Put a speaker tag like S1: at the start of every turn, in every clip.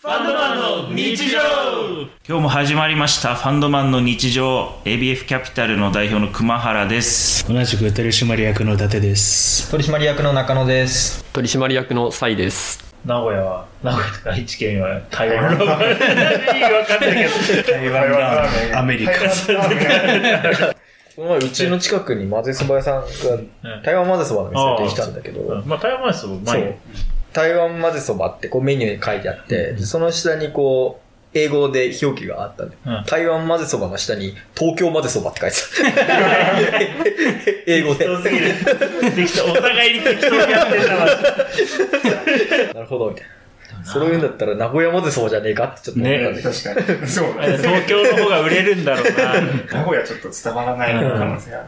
S1: ァンドマンの日常今日も始まりましたファンドマンの日常 ABF キャピタルの代表の熊原です
S2: 同じく取締役の伊達です
S3: 取締役の中野です
S4: 取締役のサイです
S5: 名古屋は名古屋とか愛知県は台湾ラーメン意味わかんないけど台湾ラーメン
S2: アメリカ
S3: この前うちの近くに混ぜそば屋さ
S5: う
S3: んが台湾混ぜそばの店ができたんだけど
S5: まあ台湾ですもん
S3: そ
S5: 前
S3: う台湾混ぜそばってこうメニューに書いてあってでその下にこう英語で表記があったんで、
S5: うん
S3: 台湾混ぜそばの下に東京混ぜそばって書いてた。 英語
S5: 適
S3: で。
S5: 当すぎる適当お互いに適当にやってん だわ
S3: なるほど、みたいな。それを言うんだったら名古屋混ぜそばじゃねえかってちょっと思ったんだけど。
S6: 確かに。そうだね。
S5: 東京の方が売れるんだろう
S6: 名古屋ちょっと伝わらない可能性ある。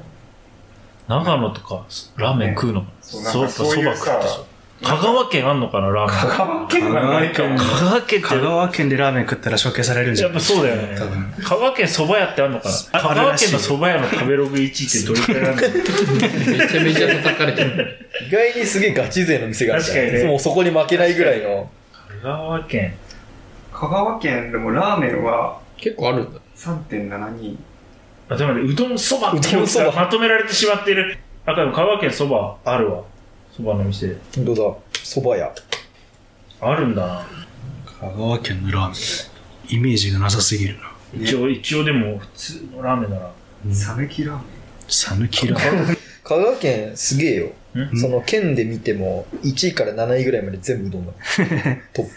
S5: な長野とかラーメン食うのかな
S6: そうなんかそういう
S5: そば食って
S6: さ
S5: そう、香川県あんのかなラーメン
S6: 香川県がないかも。
S5: 香川県って
S2: 香川県でラーメン食ったら処刑されるんじ
S5: や
S2: ゃ
S5: っ
S2: ない
S5: ぱそうだよね
S2: 多分
S5: 香川県そば屋ってあんのかなあ香
S2: ある
S5: 川
S2: らしい
S5: 県のそば屋の食べログ1位ってどれくらいなんだろう
S4: めちゃめちゃ叩かれてる
S3: 意外にすげえガチ勢の店があるじゃん
S5: 確かにね
S3: もうそこに負けないぐらいの。
S5: 香川県
S6: 香川県でもラーメンは
S4: 結構あるんだ
S6: 3.72。
S5: あ、でもね、うどんそばっていう
S3: うどんそば
S5: まとめられてしまっている。あ、でも香川県そばあるわ。そばの店。
S3: どうだ、そば屋。
S5: あるんだな。
S2: 香川県のラーメンイメージがなさすぎるな
S5: 一応、一応でも、普通のラーメンなら。
S6: さぬきラーメ
S2: 讃岐ラーメン
S3: 香川県すげえよ。
S5: ん
S3: その県で見ても、1位から7位ぐらいまで全部うどんだ。トッ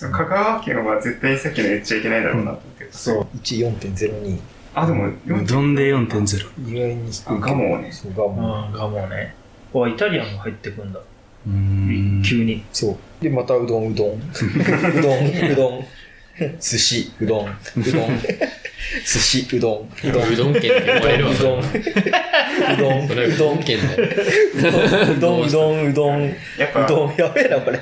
S3: プ。
S6: ン。香川県は絶対さっきの言っちゃいけないだろうなと思って。
S5: そう。
S3: 1位4.02。
S6: あ、でも、
S2: うどんで4.0
S3: 意外に低いけど。
S6: あガモね
S3: そう、ガ
S5: う
S3: モ。
S5: ん、がもうね。わ、イタリアンも入ってくんだ。
S2: うーん
S5: 急に。
S3: そう。で、またうどん、うどん。うどん、うどん。寿司、うどん、うどん。寿司、うどん、うどん。
S4: うどん県って呼ばれるわ
S3: うどん、うどん、
S4: それは
S3: う
S4: う
S3: ど
S4: ど
S3: ん、
S4: ん県だよ
S3: うどん、うどん、うどん。う
S6: やっぱ、
S3: どん、やべえな、これ。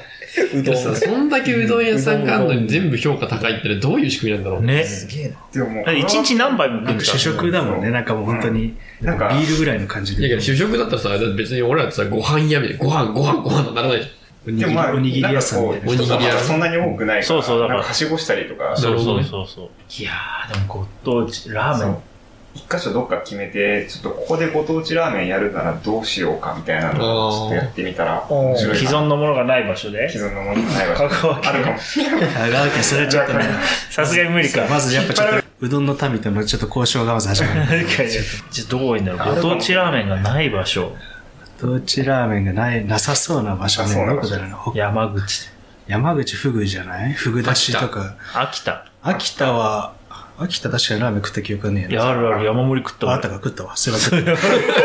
S3: う
S4: で
S3: ど
S4: も
S3: ん。
S4: さそんだけうどん屋さんがあるのに全部評価高いってのはどういう仕組みなんだろう
S5: ね。
S3: すげえな。
S6: でも、
S5: だって一日何杯も食う
S2: なん
S5: んだ
S2: か。主食だもんねなんかもう本当に
S6: なんか
S2: ビールぐらいの感じ
S4: いやけ
S2: で
S4: ど主食だったらさ、だって別に俺らってさ、ご飯屋みたいな、ご飯、ご飯、ご飯とならないじ
S2: おにぎ
S6: で
S2: り
S6: もまあ、
S2: おにぎり屋さんみたい
S4: お
S2: な
S4: にぎり屋
S6: なんかこう人がまだそんなに多くないから、
S5: そうそうだから
S6: なんかはしごしたりとか、
S4: な
S5: そ
S4: る
S5: う
S4: ほ
S5: そ
S4: ど
S5: う
S4: ね
S5: そうそう。いやー、でもご当地、ラー
S6: そ
S5: メ
S6: う
S5: ン。
S6: 一箇所どっか決めて、ちょっとここでご当地ラーメンやるならどうしようかみたいなのをちょっとやってみたら、面白い
S5: 既
S6: かな
S5: 存のものがない場所で。
S6: 既存のものがないわ
S5: 香川
S6: あ
S5: 県。
S6: るかもしれない。
S2: 香川県それはちょっとね
S5: さすがに無理か。
S2: まずやっぱちょっとうどんの民とのちょっと交渉がまず始 まる
S5: 確かに。 じゃあどこがいいんだろう。ご当地ラーメンがない場所。
S2: ご当地ラーメンがないなさそうな場所
S6: なさそう
S2: ね
S6: な場
S2: どこ
S6: 所
S2: だろうなほ
S5: 山口。
S2: 山口フグじゃないフグだしとか
S5: 秋田。
S2: 秋田は、秋田確かにラーメン食った記憶ねえ
S5: いや、
S2: な。
S5: あるある山盛り食った
S2: あ
S5: もん
S2: あったか食ったわ。すいま せん。
S5: 山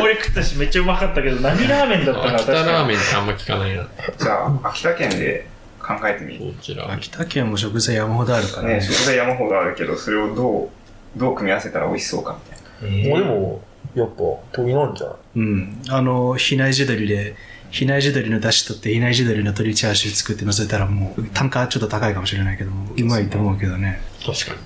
S5: 盛り食ったし、めっちゃうまかったけど、何ラーメンだった
S4: ゃ
S5: か
S4: ん。
S5: な、
S4: 秋田
S5: 確
S4: ラー
S5: かに。
S4: メンってあんま聞かないな。こ
S6: じゃあ、秋田県で考えてみる。
S4: ちら。
S2: 秋田県も食材山ほどあるから
S6: ね、
S2: ね。
S6: 食材山ほどあるけど、それをどう、どう組み合わせたら美味しそうかみたいな。
S5: えー
S3: も、やっぱ、飛びなんじゃん。
S2: うん。あの、比内地鶏で、比内地鶏の出汁取って、比内地鶏の鶏チャーシュー作って乗せたらもう、単価ちょっと高いかもしれないけども、うまいと思うけどね。
S4: 確か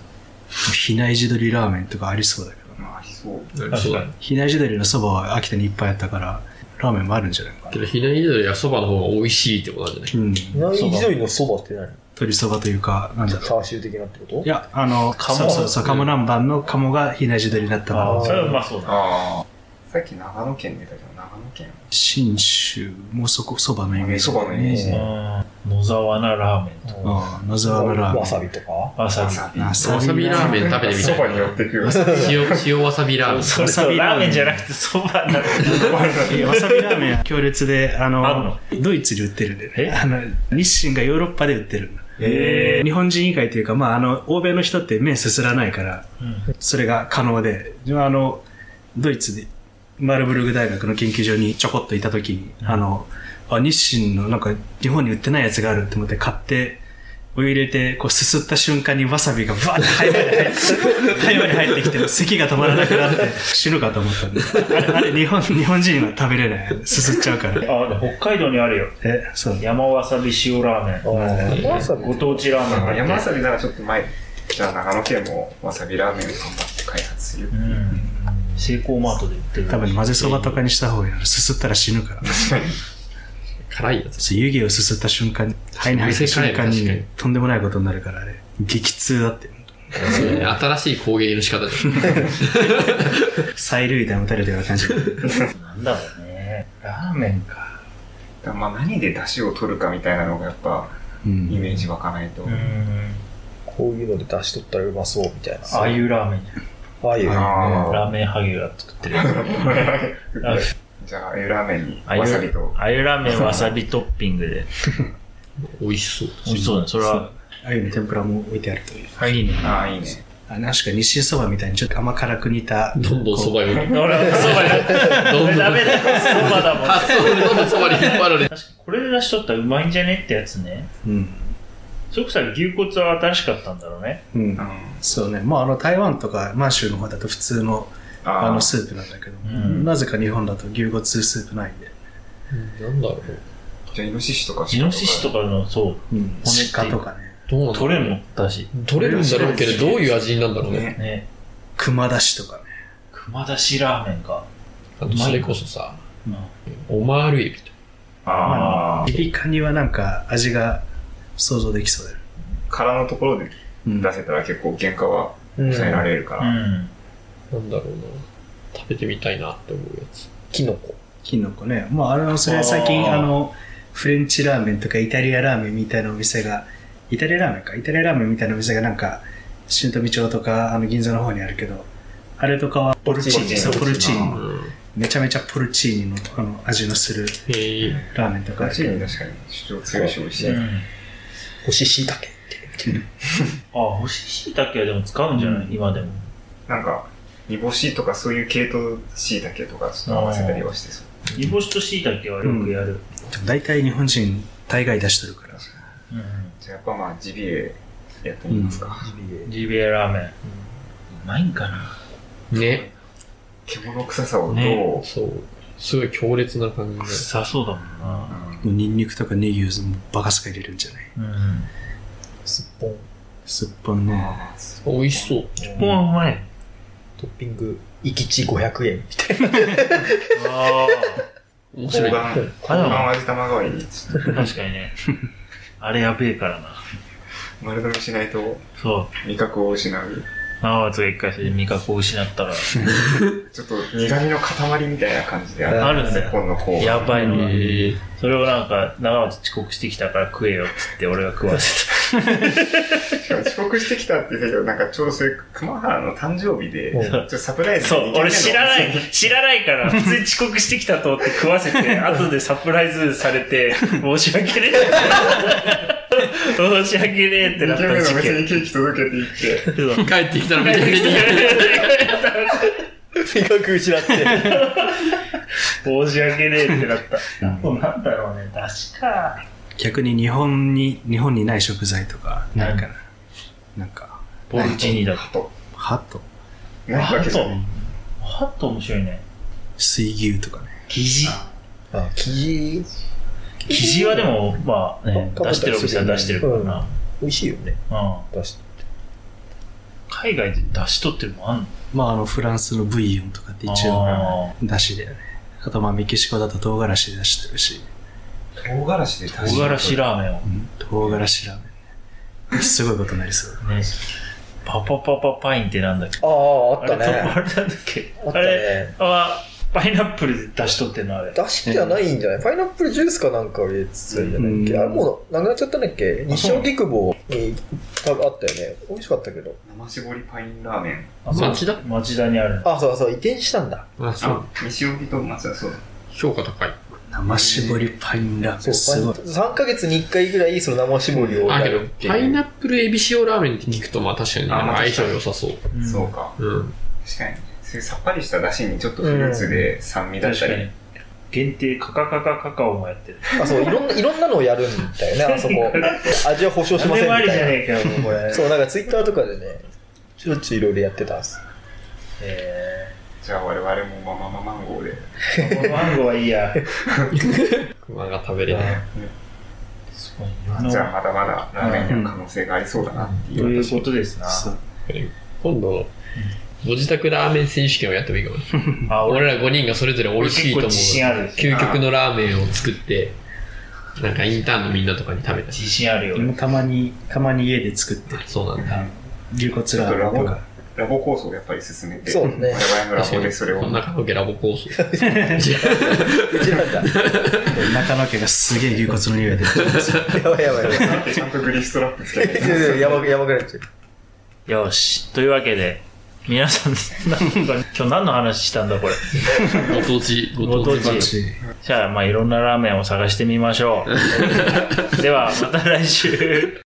S2: 比内地鶏ラーメンとかありそうだけど。
S6: まあ、ありそう。
S4: に。
S5: 確
S4: そう
S5: か
S4: だ
S5: に。
S2: 比内地鶏のそばは秋田にいっぱいあったから、ラーメンもあるんじゃないかな。
S4: けど、ひなり鶏はそばの方が美味しいってことなんじゃない
S2: うん。
S3: 何ひどいのそばって何
S2: 鶏そばというか、なんだろう。
S3: チャーシュー的なってこと
S2: いや、あの、
S5: 鴨
S2: そうそうそう、鴨南蛮の鴨が比内地鶏だったから
S5: ああ、それはうまそうだ。
S6: ああ。さっき長野県出たけど、長野県。
S2: 信州もそこそばのイメージ、
S6: そばのイメージ
S2: ね
S5: うん野沢菜ラーメンと。
S2: うん野沢のラーメン
S3: わさびとか
S5: わさ
S6: わ
S5: び。
S6: さび。
S2: わ
S4: わさびラーメン食べてみた
S6: そ
S4: い
S6: ばに寄ってくる。
S4: 塩、塩わさびラーメン。
S5: それ
S2: わさび
S5: ラ
S2: ラ
S5: ー
S2: ー
S5: メ
S2: メン
S5: ンじゃなくてそばなの。
S2: わさびラーメン強烈であの
S5: あんの
S2: ドイツで売ってるんで
S5: え
S2: ねあの日清がヨーロッパで売ってるんだ
S5: へー
S2: 日本人以外というか、まあ、あの欧米の人って麺すすらないから
S5: うん
S2: それが可能で自分はあのドイツでマルブルグ大学の研究所にちょこっといた時に、あのあ日清のなんか日本に売ってないやつがあると思って買ってお湯入れてこうすすった瞬間にわさびがバーって肺まで入って肺まで入ってきて咳が止まらなくなって死ぬかと思ったんであれあれ日本日本人は食べれないすすっちゃうから
S5: あ、で北海道にあるよ。
S2: えそう
S5: 山わさび塩ラーメ
S3: ああ、わさ
S5: ン。
S3: び
S5: ご当地ラーメン
S6: 山
S5: だ
S6: わ
S5: って。
S6: さびならちょっと前。じゃあ長野県もわさびラーメンを頑張って開発する。
S5: うん。セイコーマートで売ってる。
S2: 多分混ぜそばとかにした方がいいなすすったら死ぬから
S4: 辛いやつ。
S2: そう湯気をすすった瞬間に、肺に入った瞬間に
S4: 確か
S2: ね
S4: に
S2: とんでもないことになるから、あれ。激痛だって。
S4: そうね新しい攻撃の仕方じゃん。
S2: 催涙弾打たれた ような感じ。
S5: なんだろうね。ラーメンか。
S6: らまあ何で出汁を取るかみたいなのがやっぱ
S2: う
S6: イ
S2: ん。
S6: メージ湧かないと、
S5: ん。
S3: こういうので出しとったらうまそうみたいな。
S5: ああいうラーメン
S3: ああいう
S6: あー
S5: ラーメンハゲが作ってるやつ。あ
S6: じゃああゆラーメンに
S5: あゆ
S6: わさびと
S5: あゆラーメンわさびトッピングで。
S4: 美味しそう。
S5: 美味しそうだね。それは、
S2: あゆの天ぷらも置いてあるという。
S5: あ、いいね。
S6: ああいいね
S2: あの、確か日清そばみたいにちょっと甘辛く煮た。
S4: どんどんそばに。どんどん。
S5: 俺はそばだ。俺ダメだよ。そばだもん。
S4: あ、そう、どんどんそばに引っ張られ
S5: 確
S4: て。
S5: かにこれで出しとったらうまいんじゃねってやつね。
S2: うん。
S5: それこそ牛骨は新しかったんだろうね。
S2: うん
S6: うん。
S2: そうね。まあ、あの、台湾とか満州の方だと普通の、あ
S6: あ
S2: の、
S6: あ
S2: スープなんだけど、
S5: ん
S2: なぜか日本だと牛骨スープないんで。
S4: なんだろう。
S6: じゃあイノシシとか
S5: イノシシと
S6: か
S5: かの、そう、
S2: うん。
S5: 骨って
S2: 鹿とかね。
S4: どうなんだろう
S5: 取れんのだし。
S4: 取れるんだろうけど、どういう味になるんだろうね。
S6: ね
S5: ね。
S2: 熊出しとかね。
S5: 熊出しラーメンか。
S4: あとそれこそさ、オマールエビとか。
S6: ああ
S2: エビカニはなんか味が想像できそうだよね。
S6: 殻のところで
S2: うん
S6: 出せたら結構原価は
S3: うん
S6: 抑えられるか
S5: う
S6: ら、
S5: ん。
S4: なんだろうな。食べてみたいなって思うやつ。
S3: キノコ。
S2: キノコね。まあ、あれはそれは最近、
S5: あー
S2: あの、フレンチラーメンとかイタリアラーメンみたいなお店が、イタリアラーメンか、イタリアラーメンみたいなお店がなんか、新富町とか、あの、銀座の方にあるけど、あれとかはポルチー
S6: ポ
S2: ニ、
S6: ルチー
S2: そう、
S6: ニ
S2: ポルチ
S6: う
S2: ーニ。
S4: うん。
S2: めちゃめちゃポルチーニのあの味のする
S4: へえ。
S2: ラーメンとか
S6: ガ
S2: ある
S6: チ
S2: け
S6: に
S2: ど、
S6: 確かに主張強いし美味しい、
S5: う
S6: うん
S5: ん。
S3: 干し椎茸。
S5: あ、干し椎茸はでも使うんじゃない今でも。
S6: なんか煮干しとかそういう系統しいたけとかちょっと合わせたりはしてそう
S5: 煮干しと椎茸はよくやる。
S2: でも大体日本人、大概出してるから。
S5: うん。
S6: じゃあやっぱまあジビエやってみますか、
S5: ジビエラーメン。うまいんかな
S4: ね。
S6: 獣臭さをどう、
S5: ね
S4: そう。すごい強烈な感じで。
S5: 臭そうだもん
S6: う
S5: な。
S6: ん
S2: もうニンニクとかネギをバカスカ入れるんじゃない
S5: うん。
S3: すっぽん。
S2: すっぽんね。
S6: あー
S4: 美味しそう。
S5: ここはうまい。
S3: トッピング、イキチ500円みたい
S5: あ
S4: 面
S6: そ
S4: 白
S6: う
S4: い。
S6: 睾丸
S5: あでも
S6: 睾丸味玉代わりにちょっ
S5: あ。確かにね。あれやべえからな。
S6: と丸飲みしないと
S5: そう。
S6: 味覚を失う
S5: マーツが一回それで味覚を失ったら、
S6: ちょっと苦味の塊みたいな感じで
S3: うん
S6: あ
S5: あるんだ
S6: 日
S5: よ。
S6: 本の方
S5: やばいのが。
S4: へえ。
S5: それをなんか、長松遅刻してきたから食えよっつって俺が食わせた。
S6: しかも遅刻してきたって言ってたけどなんかちょうどそれ熊原の誕生日で
S3: うん
S6: ちょっとサプライズで
S5: そう、俺知らな
S6: 二軒目のお店に
S5: い、知らないから、普通に遅刻してきたと思って食わせ て、後でサプライズされて、申し訳ねえ。申し訳ねえってなっ
S6: 二軒
S5: た
S6: 目のお
S5: 事
S6: 店
S5: 件。
S6: にケーキ届けていって
S5: そう
S4: 帰ってきたらめちゃめちゃ似合う
S3: な。味覚失って。
S5: 申し訳ねえってなった。なんだろうね、出汁か。
S2: 逆に日本に、日本にない食材とか、ないかな。なんか、
S5: ポルチーニだ。
S6: ハト
S2: ハト、
S6: ないわけじゃない
S5: ハッと面白いね。
S2: 水牛とかね。
S5: 生地。
S3: あ、キジ、
S5: 生地はでも、まあ、ね、
S3: か
S5: 出してるお店は出してるからな。
S3: 美味しいよね。
S5: うん
S3: 出し
S5: 海外で出し取ってるのあんの
S2: まあ、あの、フランスのブイヨンとかって一応、
S5: あ
S2: だしだよね。あと、まあ、メキシコだと唐辛子出してるし、
S6: 唐辛子で出
S5: ー唐辛子ラーメンを
S2: うん唐辛子ラーメンね。すごいことになりそうだ。
S5: ねパパパパパインってなんだっけ
S3: ああ、
S5: あ
S3: あっ
S5: れ
S3: た
S5: とあ
S3: ね。
S5: れなんだっけ
S3: あっ
S5: あ
S3: た
S5: れ
S3: ね。
S5: はパイナップルで出し取ってんのあれ
S3: 出汁じゃないんじゃないパイナップルジュースかなんかを入れてたんじゃないっけ
S2: うん
S3: あれもうなくなっちゃったんだっけ日照菊房に多分あったよね。美味しかったけど。
S6: 生絞りパインラーメン
S4: 町田
S5: 町田にある
S3: あ、そうそう、移転したんだ。
S4: あ、そう
S6: あ。西荻と松田そうだ
S4: 評価高い。
S2: 生絞りパインラーメ
S3: そう、
S2: ン。すごい。
S3: 3ヶ月に1回ぐらいその生絞りを
S4: あ、
S3: や
S4: け
S3: る
S4: ど
S3: って、
S4: パイ
S3: いう。
S4: ナップルエビ塩ラーメンって聞くと、まあ確かになんか
S6: あ
S4: 相性良さそう。
S5: うん
S6: そうか
S4: うん。
S6: 確かにそういうさっぱりした出汁にちょっとフルーツで酸味だっ
S5: 確
S6: た
S5: か
S6: り、
S5: に限定カカカカカカオもやってる
S3: あ、そう、いろんな、いろんなのをやるんだよね、あ そこ。味は保証しま
S5: 何
S3: せん
S5: で
S3: み
S5: もありじゃ
S3: たい
S5: ねえかよもうこ
S3: な。
S5: れ
S3: そう、なんかツイッターとかでね、ちょっちょいろいろやってたん です。
S5: え
S6: じゃあ我々もママママンゴーで
S5: ーこのマンゴーはいいや
S4: 熊が食べれない。
S5: すごいな
S6: じゃあまだまだラーメンになる可能性がありそうだなって
S5: と
S6: いう、
S5: いうことですな
S2: そう
S4: 今度、ご自宅ラーメン選手権をやってもいいかもね。
S5: あ
S4: 俺ら5人がそれぞれ美
S5: 俺
S4: 味し
S5: 結
S4: いと
S5: 構
S4: 思う。
S5: 自信ある
S4: 究極のラーメンを作って、なんかインターンのみんなとかに食べたし。
S5: 自信あるよ。
S2: 俺もたまに、たまに家で作って、
S4: そうなんだ。
S2: 牛骨ラーメンとか。
S6: ラボ構想をやっぱり進めて、
S3: そうね
S6: 我々のラボでそれを
S4: こんなカラオケラボコース。
S3: うちなんだ。
S2: 中野家がすげえ牛骨の匂いで。
S3: やばいやばいやばい。
S6: ちゃんとグリストラップつけて。
S3: いやいややばく、やばくなっちゃう。
S5: よし。というわけで、皆さん、なんか今日何の話したんだこれ。
S4: ご当地、
S5: ご当地
S4: 番組
S5: じゃあ、まあいろんなラーメンを探してみましょう。では、また来週。